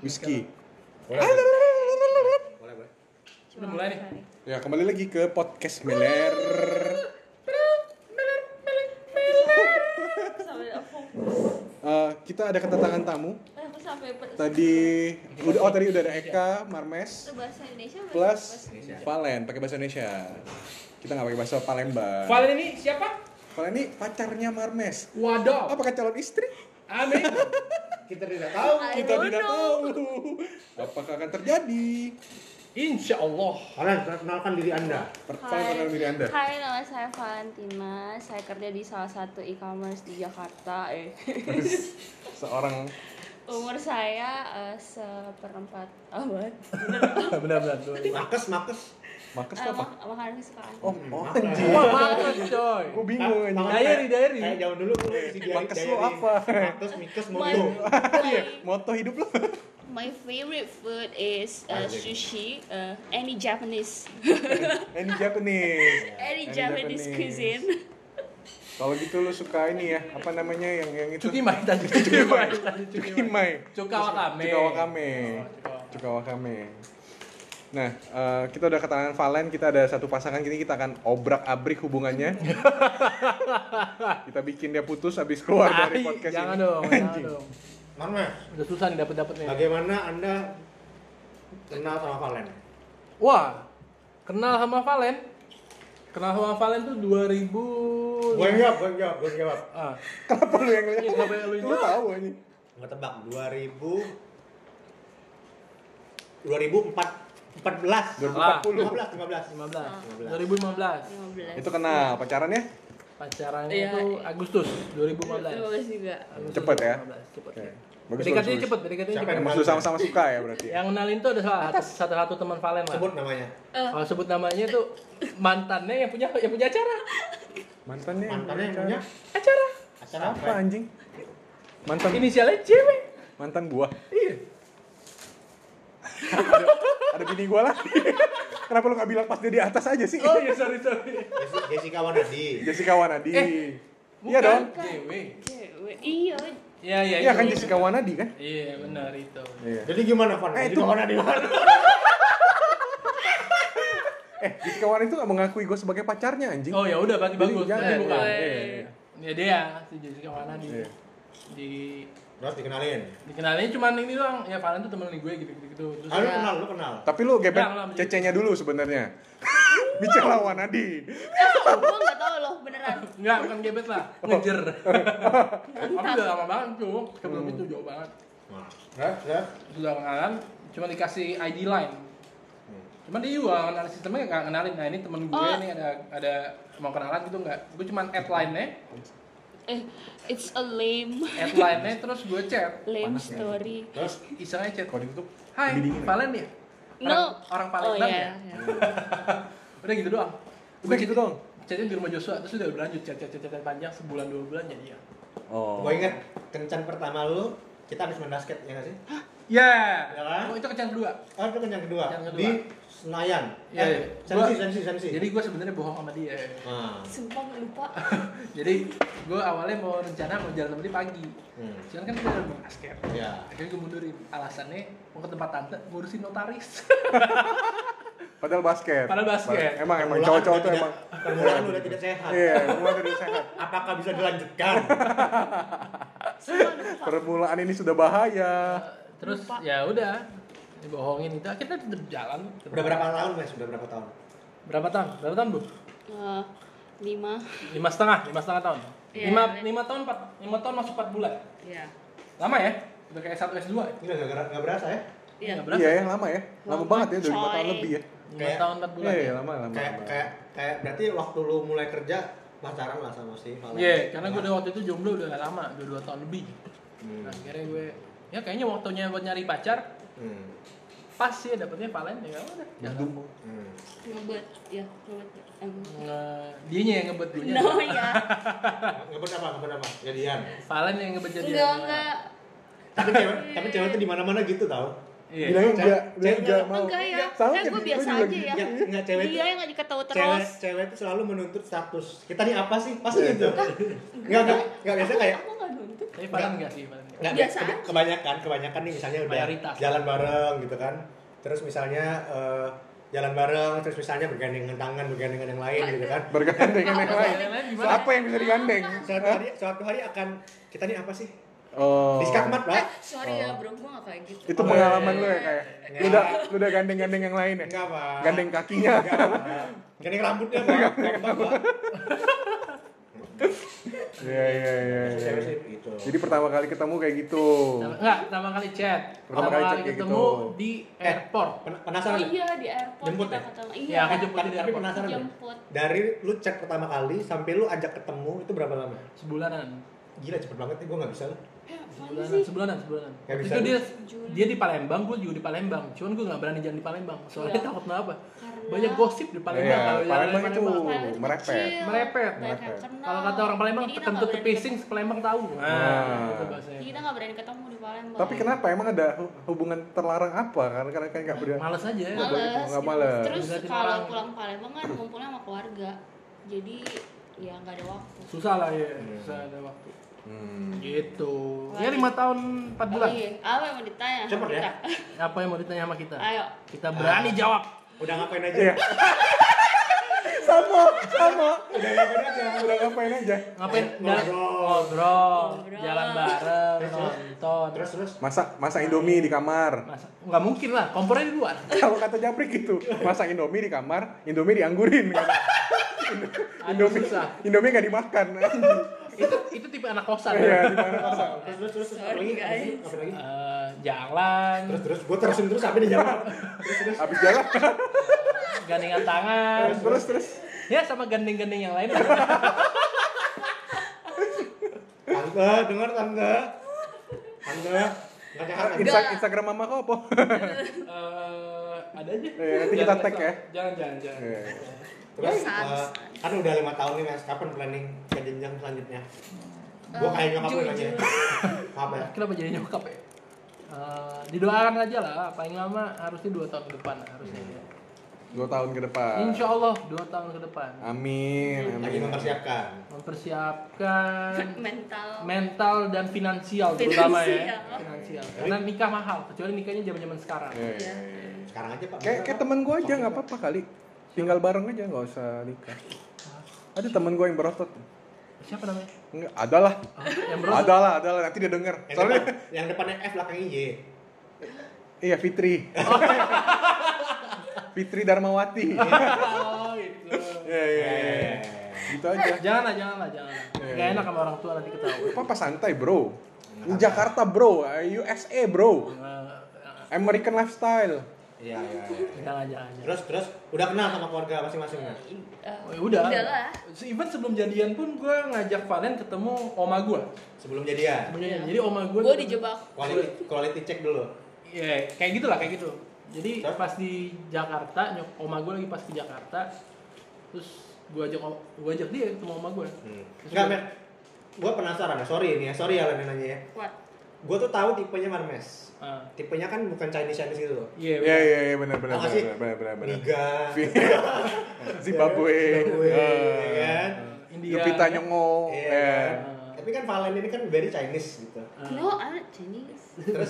Whisky. Boleh, boleh, boleh. Udah mulai nih. Ya kembali lagi ke podcast Meler. sampai aku Eh, kita ada kedatangan tamu. aku sampai per- Tadi udah oh tadi udah ada Eka, Marmes, itu bahasa Indonesia apa plus bahasa- Valen pakai bahasa Indonesia. Kita nggak pakai bahasa Palembang. Valen ini siapa? Valen ini pacarnya Marmes. Waduh. Apakah calon istri? Amin. Kita tidak tahu. I Kita don't tidak know. tahu. Apakah akan terjadi? Insya Allah. Kalian perkenalkan diri Anda. Per- Hai. Valen perkenalan diri Anda. Hai, nama saya Valentina. Saya kerja di salah satu e-commerce di Jakarta. Eh. Seorang Umur saya eh, seperempat abad. Benar-benar. Makes, makes. Marques Eh, apa? mak- makanan kesukaan. Oh, oh anjir. Wah, bagus coy. Gue bingung anjing. Makes. Diary, diary. Kayak zaman eh, dulu lu mesti diary. Makes lu diary. apa? Makes, mikes, My, moto. Iya. my, Moto hidup lo. my favorite food is eh, Anjing. sushi, eh, any Japanese, Any Japanese. any Any Japanese Japanese. cuisine. Kalau gitu lu suka ini ya, apa namanya yang yang itu? Cuki mai tadi. Cuki Cukimai. tadi, Cukimai. Cukimai. Cuka wakame. Cuka wakame. Oh, cuka wakame. Cuka wakame. Nah, eh, kita udah ketangan Valen, kita ada satu pasangan kini kita akan obrak-abrik hubungannya. kita bikin dia putus habis keluar dari Tai, podcast Jangan ini. dong, jangan Anjing. dong. Marmes, Udah susah nih dapet-dapetnya. bagaimana Anda kenal sama Valen? Wah, kenal sama Valen. Kenal sama Valen tuh Oh, iya. 2000. Gue yang jawab, gue yang jawab, gue yang jawab. Ah, Kenapa lu yang ini lihat? kenapa ya lu ini? Lu tahu ini. Nggak tebak, 2000 2040. 15. 2015. 15. 2004 14 15 15 Itu kenal ya? pacarannya? Pacarannya Iya. tuh Agustus 2015. 15 juga. Agustus Cepet ya? 2015, Cepet. Oke. Bagus. Dekatnya bagus, cepet, Iya. bagus. dekatnya Siapa cepet. yang- Emang lu sama-sama suka ya berarti. Yang kenalin tuh ada salah satu- satu satu teman Valen lah. Sebut namanya. Eh, Kalau sebut namanya tuh mantannya yang punya yang punya acara. Mantannya. Mantannya yang punya Acara. acara Apa apa? anjing? Mantan Inisialnya JW. mantan gua. Iya. Ada bini gua lah. Kenapa lu gak bilang pas dia di atas aja sih? Oh iya sorry sorry. Jessica- Jessica Wanadi. Jessica Wanadi. Eh, iya Bukan, dong. JW. cewek. Iya, Iya iya. Iya itu. kan Jessica Wanadi kan? Iya benar itu. Iya. Jadi gimana, Van? Eh, Jadi itu- kemana di mana? Eh, Jessica Wanadi itu gak mengakui gue sebagai pacarnya anjing. Oh ya udah berarti Jadi bagus. jangan, Berarti bukan. iya, Iya, iya, iya. Iya dia si Jessica mana di Iya. di Terus dikenalin. dikenalnya cuman ini doang ya Valen tuh temen gue gitu gitu gitu terus Ah, lu ya, kenal, lu kenal. Tapi lu gebet Enggak, enggak, cecenya dulu sebenarnya. Bicara Wanadi. Eh, gua nggak tahu loh beneran. enggak bukan gebet lah Oh. ngejer tapi udah lama banget tuh sebelum itu jauh banget Nah, terus, terus. sudah kenalan cuma dikasih ID line cuman dia juga nggak kenalin sistemnya nggak kenalin nah ini temen gue Oh. nih ada ada mau kenalan gitu nggak gue cuman add line nya Eh, it's a lame, add line nya terus gue chat lame story. Terus isengnya chat Kalau ditutup. Hai, lebih dingin, Valen ya? No. Orang, orang Palembang Oh, iya, ya? udah gitu doang. Udah gitu dong. Chatnya di rumah Joshua, terus udah berlanjut chat chat chat, chat panjang sebulan dua bulan jadi ya. Oh. Gue inget kencan pertama lu kita habis main basket ya nggak sih? Ya. Ya kan? Oh, itu kencan kedua. Oh itu kencan kedua, Kencan kedua. di Senayan. Iya, iya. eh, sensi, Gua- sensi, sensi. Jadi gue sebenarnya bohong sama dia. Nah, Sumpah gue lupa. Jadi gue awalnya mau rencana mau jalan sama dia pagi. hmm. Cuman kan kita udah main basket. ya. Akhirnya gue mundurin. Alasannya mau ke tempat tante ngurusin notaris. Padahal basket. Padahal basket. Emang emang Permulaan cowok-cowok udah tuh tidak- emang. Permulaan udah tidak sehat. Iya, mulai dari sehat. Apakah bisa dilanjutkan? Sumpah lupa. Permulaan ini sudah bahaya. terus Lupa. ya udah dibohongin itu akhirnya tetap jalan. Udah berapa tahun mas? Udah berapa tahun? Berapa tahun? Berapa tahun, Bu? Eh, lima. lima setengah lima setengah tahun Iya, lima iya. lima tahun empat lima tahun masuk empat bulan Iya. lama ya udah kayak satu s dua ya Gila nggak ger- nggak berasa ya? Iya. Nggak berasa. Iya ya, lama ya. Lama Lama, banget ya, udah lima coy. tahun lebih ya. lima Kayak- tahun empat bulan Iya, ya iya, lama lama. Kayak lama. kayak kayak berarti waktu lu mulai kerja pacaran lah sama si Valen. Iya, karena gue udah waktu itu jomblo udah lama udah dua tahun lebih Hmm. nah, akhirnya gue ya kayaknya waktunya buat nyari pacar Hmm. pas sih dapetnya Valen ya udah jalan Hmm. Ngebet. Ya, ngebet. Em, Nge, Nah, dianya yang ngebet gue No ya. Ngebet apa? Ngebet apa? Jadian. Valen yang ngebet jadi Enggak enggak. Tapi cewek, tapi cewek tuh di mana mana gitu tau. Iya. bilangnya Cewek- enggak, bilangnya cewek- enggak mau. enggak ya Sama eh kayak gue gitu, biasa juga aja ya Ya, enggak cewek. dia yang nggak diketahui cewek terus cewek itu selalu menuntut status kita nih apa sih pasti Iya. gitu nggak nggak nggak biasa kayak aku nggak nuntut Tapi padahal enggak sih, padahal enggak. nggak Biasa biasa aja. kebanyakan kebanyakan nih misalnya udah Mayoritas. jalan bareng gitu kan terus misalnya eh, jalan bareng terus misalnya bergandengan tangan bergandengan yang lain gitu kan Bergandengan yang lain. Yang lain gimana? Apa yang bisa digandeng? suatu hari suatu hari akan kita nih apa sih Oh. diskakmat eh pak sorry ya bro gue nggak kayak gitu Itu pengalaman lu ya kayak. Lu Enggak. udah lu udah gandeng-gandeng yang lain ya? enggak pak Gandeng kakinya. Enggak, Pak. gandeng rambutnya pak Gampang, pak Iya iya iya. iya. Cewek sih gitu Jadi pertama kali ketemu kayak gitu. Pertama- Enggak, pertama kali chat. Pertama kali chat kayak ketemu gitu. di airport. Pen- oh penasaran nggak? iya di airport Jemput kita ya? ketemu Iya, iya aku jemput Tapi di tapi airport. penasaran nggak? jemput dari lu chat pertama kali sampai lu ajak ketemu itu berapa lama? Sebulanan. Gila cepet banget nih gue nggak bisa. eh apaan Sebulanan, sih sebulanan, sebulanan. Nggak Waktu bisa. itu dia Juli. dia di Palembang, gue juga di Palembang. Cuman gue nggak berani jalan di Palembang. Soalnya Iya. takut kenapa? Karena- Banyak gosip di Palembang. Iya, kalau jalan di Palembang itu Padahal itu merepet. kecil, Merepet. banyak yang Merepet. kenal. Kalau kata orang Palembang, Jadi kita ketentut ke nggak berani pising, Palembang tahu. Nah. gitu ketemu. kita bahasanya. nggak berani ketemu di Palembang Tapi kenapa emang ada hu- hubungan terlarang apa? Karena karena kayak enggak berani. Males aja. ya. Males. males, Nggak gitu. males. terus Ngeliatin kalau orang. pulang Palembang kan ngumpulnya sama keluarga jadi ya nggak ada waktu Susah lah ya, Iya. susah ada waktu. Hmm. Gitu. Ya lima tahun empat bulan. Oke, Iya, apa yang mau ditanya sama Cepet ya. kita? Apa yang mau ditanya sama kita? Ayo. Kita berani jawab. Udah ngapain aja? Iya. sama, sama. Udah ngapain aja? Udah ngapain aja? Ngapain? Ngobrol. Ngobrol, Ngobrol. jalan bareng, Terus, terus. nonton. Terus terus. Masak masak Indomie di kamar. Masa? Nggak mungkin lah, kompornya di luar. Kalau kata Japrik gitu, masak Indomie di kamar, Indomie dianggurin. Kata. Aduh Indomie, susah. Indomie nggak dimakan. Itu itu tipe anak kosan. Iya, ya. di mana masak? Terus terus terus. Sorry, Apalagi? guys. Apa lagi? Eh, jalan, Terus terus. Gue terusin terus sampai dijawab. Terus terus. Abis jalan, gandengan tangan. terus Iya. terus. Ya sama gandeng-gandeng yang lain. Tante, dengar tante. Tante. Nggak jahat tante. Insta- Instagram mama kok apa? Eh, ada aja. Iya, nanti kita Jangan tag ya. kesel. Jangan, jangan, jangan. Iya. Terus. Sans. eh, Kan udah lima tahun nih mas. Kapan planning ke jenjang selanjutnya? Gue Eh, kayak nyokap gue nanya. Apa ya? Eh, Kenapa jadi nyokap ya? Eh, didoakan aja lah, paling lama harusnya dua tahun ke depan harusnya. Iya. Dua tahun ke depan. Insya Allah dua tahun ke depan. Ah. Amin, Lagi amin. mempersiapkan. Mempersiapkan mental mental dan finansial terutama ya. Finansial. Finansial. Karena nikah mahal, kecuali nikahnya zaman-zaman sekarang. Iya, iya, iya. Sekarang aja pak. Kayak kayak temen gue aja nggak apa-apa kali. Tinggal bareng aja nggak usah nikah. Ada temen gue yang berotot. Siapa namanya? Enggak, ada lah. Oh, yang berat. Ada lah, ada lah. Nanti dia denger. Yang Soalnya, depan- yang depannya F belakangnya Y. iya Fitri. Fitri Darmawati. Oh, gitu. Iya, iya, iya. Gitu aja. Jangan lah, jangan lah, jangan lah. Iya, Gak iya. enak sama orang tua nanti Eh, ketahuan. Papa santai bro. Di Jakarta bro, Eh, USA bro. Eh, American lifestyle. Iya, iya. Jangan, jangan, jangan. Terus terus udah kenal sama keluarga masing-masing Mas? eh, Oh, ya udah. udah lah Se- Even sebelum jadian pun gue ngajak Valen ketemu oma gue. Sebelum jadian. Iya. Jadi oma gue. gue dijebak Quality, quality check dulu. Iya, kayak gitulah kayak gitu. Jadi Terus? pas di Jakarta, nyok oma gue lagi pas di Jakarta, terus gue ajak om- gua ajak dia ketemu oma gue. Hmm. Enggak, Mer. Gue penasaran ya. Sorry ini ya. Sorry ya Len yang nanya ya. kuat Gue tuh tahu tipenya Marmes. Tipenya kan bukan Chinese Chinese gitu loh. Ah. Iya, Iya, iya, iya. Benar, benar, Apa sih? benar, benar, benar, benar. Niga. Zimbabwe. Zimbabwe, ya Eh, kan. India. ya. Lupita Nyong'o. Iya. eh. kan? Tapi kan Valen ini kan very Chinese gitu. Ah. no I'm not Chinese Terus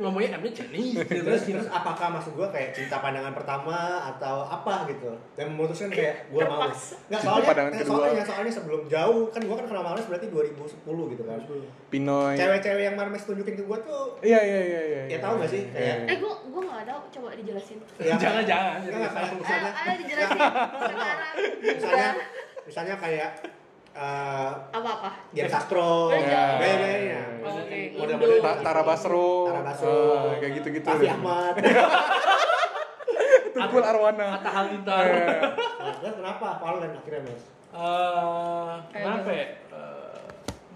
ngomongnya I'm not Chinese gitu. terus terus apakah maksud gue kayak cinta pandangan pertama atau apa gitu dan memutuskan kayak gue mau Terpaksa. nggak Cinta soalnya pandangan eh, kedua. soalnya soalnya sebelum jauh kan gue kan kenal Marmes berarti 2010 gitu kan Oh, Pinoy. cewek-cewek yang Marmes tunjukin ke gue tuh Iya, iya, iya, iya. Ya, tahu nggak sih? eh Kayak- gue gue nggak tahu coba dijelasin ya, Jangan, jangan. nggak, nggak, kayak ayo misalnya ayo dijelasin sekarang misalnya misalnya kayak eh apa apa Dian Sastro Iya. gaya-gayanya Oke, Model-model gitu. Indo. Ta- Tara Basro. Tara Basro. Eh, kayak gitu-gitu. Raffi Ahmad Tukul Arwana. Kata Halilintar. Eh, Nah, terus kenapa Paul dan akhirnya Mas Eh, kenapa ya? Eh,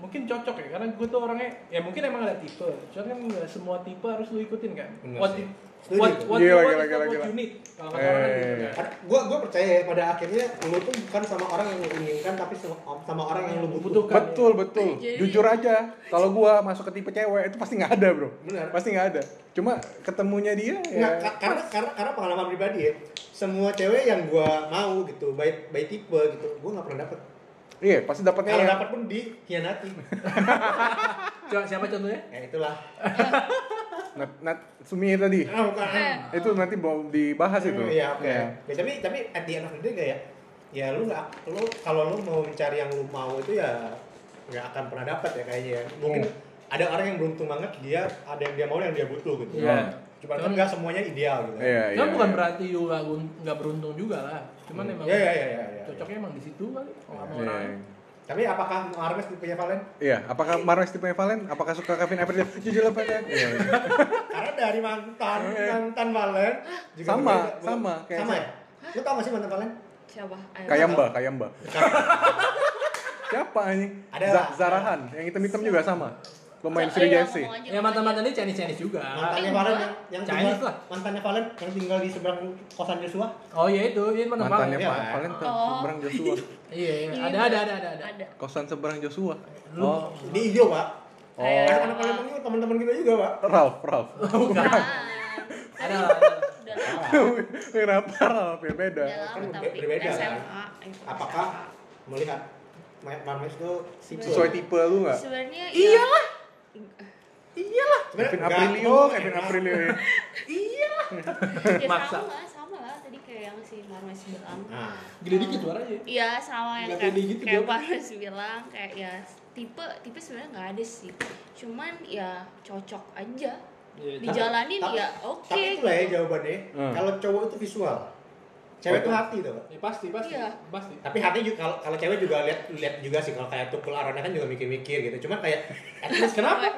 mungkin cocok ya karena gue tuh orangnya ya mungkin emang ada tipe cuman kan nggak semua tipe harus lu ikutin kan Bener what sih. you- what what Iya, you Gila, want gila, is not gila, what gila. you need kalau kata orang kan gitu Eh. kan. Ad- gua gua percaya ya pada akhirnya lu tuh bukan sama orang yang lu inginkan tapi sama, sama orang yang lu butuh. Butuhkan. Betul, betul. Jadi- Jujur aja, kalau gua masuk ke tipe cewek itu pasti nggak ada, Bro. Bener. Pasti nggak ada. Cuma ketemunya dia Nggak, ya. Nah, ka- karena, karena karena pengalaman pribadi ya semua cewek yang gua mau gitu baik baik tipe gitu gua nggak pernah dapet Iya, pasti dapatnya kalau yang- dapet pun dikhianati Coba siapa contohnya ya itulah Nat, Nat Sumi tadi. ah bukan Eh, Itu nanti mau dibahas itu. Iya, oke. Iya. Ya, tapi tapi at the end of the day nggak ya, ya lu nggak, lu kalau lu mau mencari yang lu mau itu ya nggak akan pernah dapat ya kayaknya. ya. Mungkin Iya. ada orang yang beruntung banget dia ada yang dia mau yang dia butuh gitu. Iya. Cuma kan nggak semuanya ideal gitu. Iya, Cuman iya, bukan iya. Hmm. berarti lu nggak gun- nggak beruntung juga lah cuman emang Iya, iya, iya, iya, iya. cocoknya emang di situ kali kalau sama Iya. orang Tapi apakah Armes tipenya Valen? Iya, apakah Marwes tipe Valen? Apakah suka Kevin Aprilio? Jujur lah Valen. Iya, iya. Karena dari mantan mantan Valen juga Sama, berbeda. sama, kayak sama. saya. Ya? Lu tau gak sih mantan Valen? siapa? Ayo. Kayak Mbak, kayak Mbak. Siapa anjing? Ada Za- lah. Zarahan, yang hitam-hitam juga sama. Pemain Ayo, Sri Jersey. iya, ngomong aja, ya ngomong mantan aja. mantan ini Chinese Chinese juga Mantannya Eh, Valen gua- yang, yang Chinese tinggal, lah. mantannya Valen yang tinggal di seberang kosan Joshua. oh iya itu ini mantan Mantannya banget. Iya, Pak kan? Valen ke Oh. seberang Joshua. iya iya. Ini ada ada ada ada ada Ada. Kosan seberang Joshua. Lu- Oh. Di hijau, Pak. Oh. Kayak Karena sama- anak Palembang itu teman-teman kita juga, Pak. Ralph, Ralph. Oh, Bukan. ada lah, ada lah. Udah Kenapa Ralph ya beda? udah lama Kan tapi berbeda. SMA. itu Apakah SMA. melihat Marmes itu tipe? Sesuai tipe lu nggak? Sebenarnya Iya lah. Sebenarnya Kevin enggak. Aprilio, Oh, Kevin enak. Aprilio ya. Ya, Maksa. sama lah, sama lah tadi kayak yang si Marmes bilang. Nah, gede dikit suaranya Iya sama yang Nggak kayak, pede gitu kayak dia. Pak Res bilang kayak ya tipe tipe sebenarnya nggak ada sih. Cuman ya cocok aja. Iya, Dijalanin tapi- ya oke. tapi itulah ya jawabannya. Hmm. Kalau cowok itu visual, cewek itu Betul. hati tuh. Pak. Ya, pasti pasti Iya. pasti Tapi hati juga kalau kalau cewek juga lihat lihat juga sih kalau kayak tukul arana kan juga mikir-mikir gitu. Cuman kayak at least kenapa?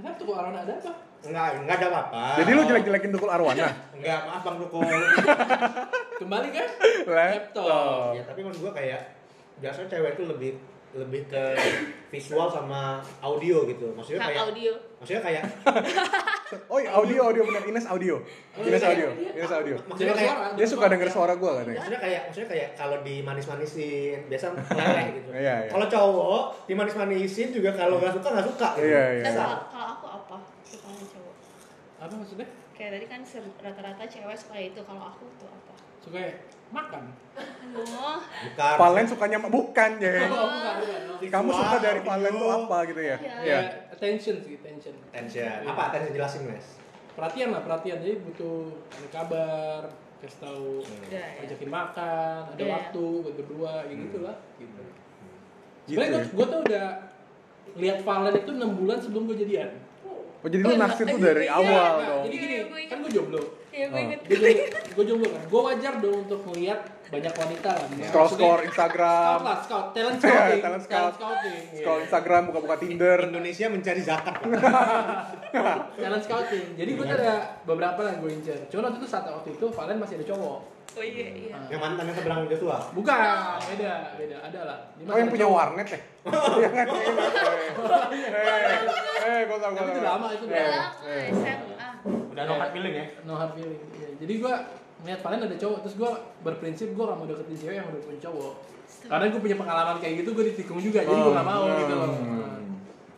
kenapa tuh orang ada apa Enggak, enggak ada apa-apa. Jadi lu jelek-jelekin tukul Arwana? Enggak, maaf Bang Tukul. kembali kan Laptop. ya, tapi menurut gua kayak biasanya cewek itu lebih lebih ke visual sama audio gitu. Maksudnya Hak kayak audio. maksudnya kayak Oh, iya, audio audio benar Ines audio. Ines audio. Ines audio. maksudnya Dengar kayak suara, Dia suka denger suara gua katanya. maksudnya kayak maksudnya kayak kalau dimanis-manisin biasa meleleh gitu. Iya, iya. Kalau cowok dimanis-manisin juga kalau nggak suka nggak suka. gitu. Iya, iya. Dan Bisa. kalau kalau aku apa? Sukanya cowok. apa maksudnya Kayak tadi kan se- rata-rata cewek suka itu. Kalau aku tuh apa? suka ya? makan Aduh. Bukan. Valen sukanya bukan ya. oh, bukan, bukan. Oh. Visual, Kamu suka dari audio, Valen tuh apa gitu ya? Iya. Iya. Ya, attention sih, attention. Attention. Apa attention jelasin, Mas? Perhatian lah, perhatian. Jadi butuh ada kabar, kasih tahu, Iya, iya. ajakin makan, ada Iya. waktu buat berdua, ya gitu lah. Gitu. Gitu Sebenarnya ya. gue tuh udah lihat Valen itu 6 bulan sebelum gue jadian. Oh, jadi lu naksir tuh dari Iya, awal Nah, dong. Jadi gini, Iya, gua ingat. kan gue jomblo. Ya gue Oh. inget. Gue jomblo kan. Gue wajar dong untuk melihat banyak wanita lah. Scroll Maksudnya, score Scout Instagram, lah, scout, talent scouting, talent talent scout. scouting, scroll Iya. Instagram, buka-buka Tinder. Indonesia mencari zakat. Pak. talent scouting. Jadi gue tuh ada beberapa yang gue incer. Cuma waktu itu saat waktu itu Valen masih ada cowok. Oh iya iya. Ah. yang mantannya seberang Joshua. Bukan, beda, beda, ada lah. Dia Oh masih yang ada punya cowok. warnet ya? Iya kan? Eh, eh, gue tau, gue Tapi tau. itu lama, itu Eh, lama. Bilang ah, SMA. Udah no hard feeling ya. No hard feeling. Iya, Jadi gue ngeliat Valen ada cowok, terus gue berprinsip gue gak mau deketin cewek yang udah punya cowok. Karena gue punya pengalaman kayak gitu, gue ditikung juga, jadi gue gak mau Hmm. gitu loh.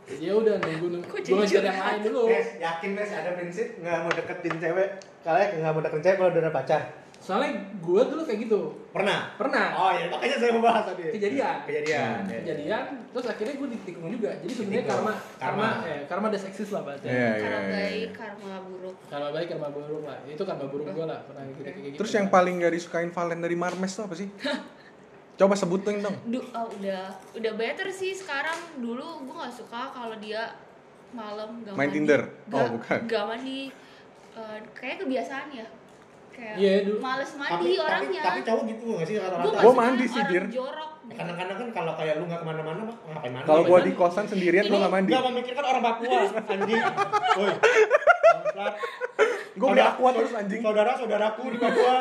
Jadi ya udah nunggu nunggu. Kok Gue ngejar jadi yang lain dulu. Mes, yakin Mes ada prinsip nggak mau deketin cewek. Kalian nggak mau deketin cewek kalau udah ada pacar. Soalnya gue dulu kayak gitu. Pernah? Pernah Oh ya makanya saya mau bahas tadi. Kejadian. Kejadian. ya. kejadian, terus akhirnya gue ditikung juga. Jadi sebenarnya Ditikung. karma, karma, Karma. eh, karma des eksis lah bahasanya. Iya, iya, Karma iya. baik, karma buruk. Karma baik, karma buruk lah. Itu karma buruk gue lah. Pernah gitu, kayak gitu. Terus yang paling gak disukain Valen dari Marmes tuh apa sih? Coba sebutin dong. Du, ah, udah udah better sih sekarang dulu gue nggak suka kalau dia malam gak Main mandi. Tinder? Oh, Nggak- bukan. nggak mandi Eh, kayak kebiasaan ya kayak Iya, dulu. males Tapi, mandi tapi, orangnya tapi cowok gitu nggak sih Gua rata-rata? nggak Gua suka mandi sih, orang Dir. jorok Ya, Kadang-kadang kan kalau kayak lu nggak kemana-mana, mak, ngapain mandi? Kalau gua Ngapain di kosan sendirian gua Ini gak mandi. Nggak memikirkan orang Papua, anjing. Woi. bangsat. Gua beli aqua terus anjing. Saudara saudaraku di Papua.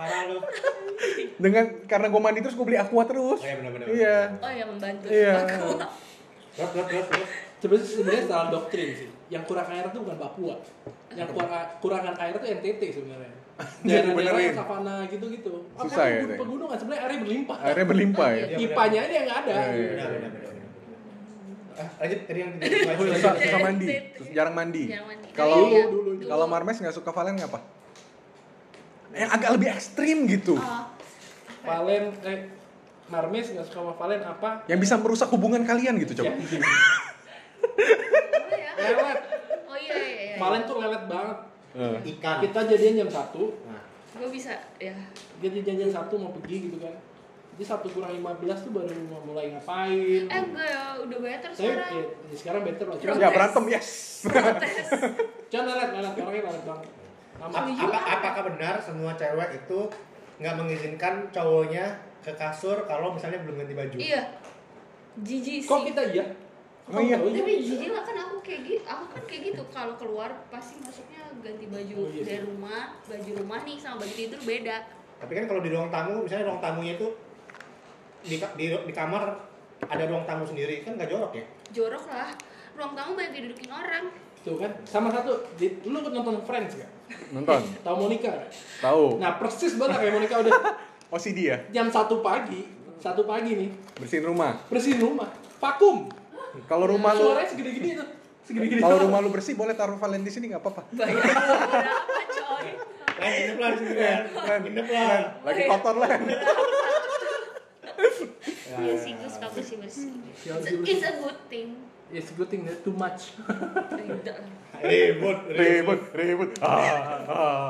parah lu Dengan karena gue mandi terus gue beli aqua terus. Oh iya, benar-benar. Iya. oh ya membantu Iya. aku terus terus terus terus Sebenarnya sebenarnya dalam doktrin sih. Yang kurang air itu bukan Papua. Yang kurang- kurangan air itu NTT sebenarnya. Jadi Daerah-daerah benerin. yang savana gitu-gitu. Makanya Iya, Susah ya, gun- itu. Pegunungan sebenarnya airnya berlimpah. Akhirnya berlimpah ya. Iya, benar. Pipanya aja yang nggak ada. Iya, iya, benar iya. benar benar Ah, lanjut tadi yang tadi Susah, yang- susah mandi, Terus jarang mandi. Jarang mandi. Kalau Iya, dulu, dulu. kalau Marmes nggak suka Valen ngapa? Yang agak lebih ekstrim gitu, oh, Valen, eh, Marmes nggak suka sama Valen apa? yang bisa merusak hubungan kalian gitu Ya, coba. apa ya lelet. oh iya iya iya, iya. Valen tuh lelet banget. Eh, ikan Kita jadian jam 1, nah gue bisa ya dia janjian satu mau pergi gitu kan. Jadi satu kurang 15 tuh baru mau mulai ngapain. eh enggak ya udah better Saya sekarang ya, ya sekarang better lah. Cuman, ya berantem yes. protes cuman lelet, lelet. Orangnya lelet banget. Sama. Ap- apa, apakah benar semua cewek itu nggak mengizinkan cowoknya ke kasur kalau misalnya belum ganti baju? iya jijik Kok sih kita iya? Oh iya. Kok tahu tapi iya? jijik lah kan aku kayak gitu aku kan kayak gitu kalau keluar pasti masuknya ganti baju Oh, iya sih. dari rumah baju rumah nih sama baju tidur beda Tapi kan kalau di ruang tamu, misalnya ruang tamunya itu di, ka- di, di kamar ada ruang tamu sendiri kan nggak jorok ya? jorok lah ruang tamu banyak didudukin orang Tuh kan, sama satu, di, lu nonton Friends gak? Nonton, Tahu Monica gak? tahu. Nah persis banget kayak Monica udah OCD ya, jam 1 pagi, satu pagi nih, bersihin rumah. bersihin rumah, vakum. Kalau rumah lu Suaranya segede-gede tuh, segede-gede. kalau rumah lu bersih boleh taruh Valen di sini nggak apa-apa. banyak berapa coy Ya, Lain nginep lah di sini kan, nginep lah. Len, lagi kotor lah. iya sih gue suka bersih bersih Ya, bersih-bersih. it's a good thing It's good thing that too much. tidak Ribut, Ribut, ribut. Ah.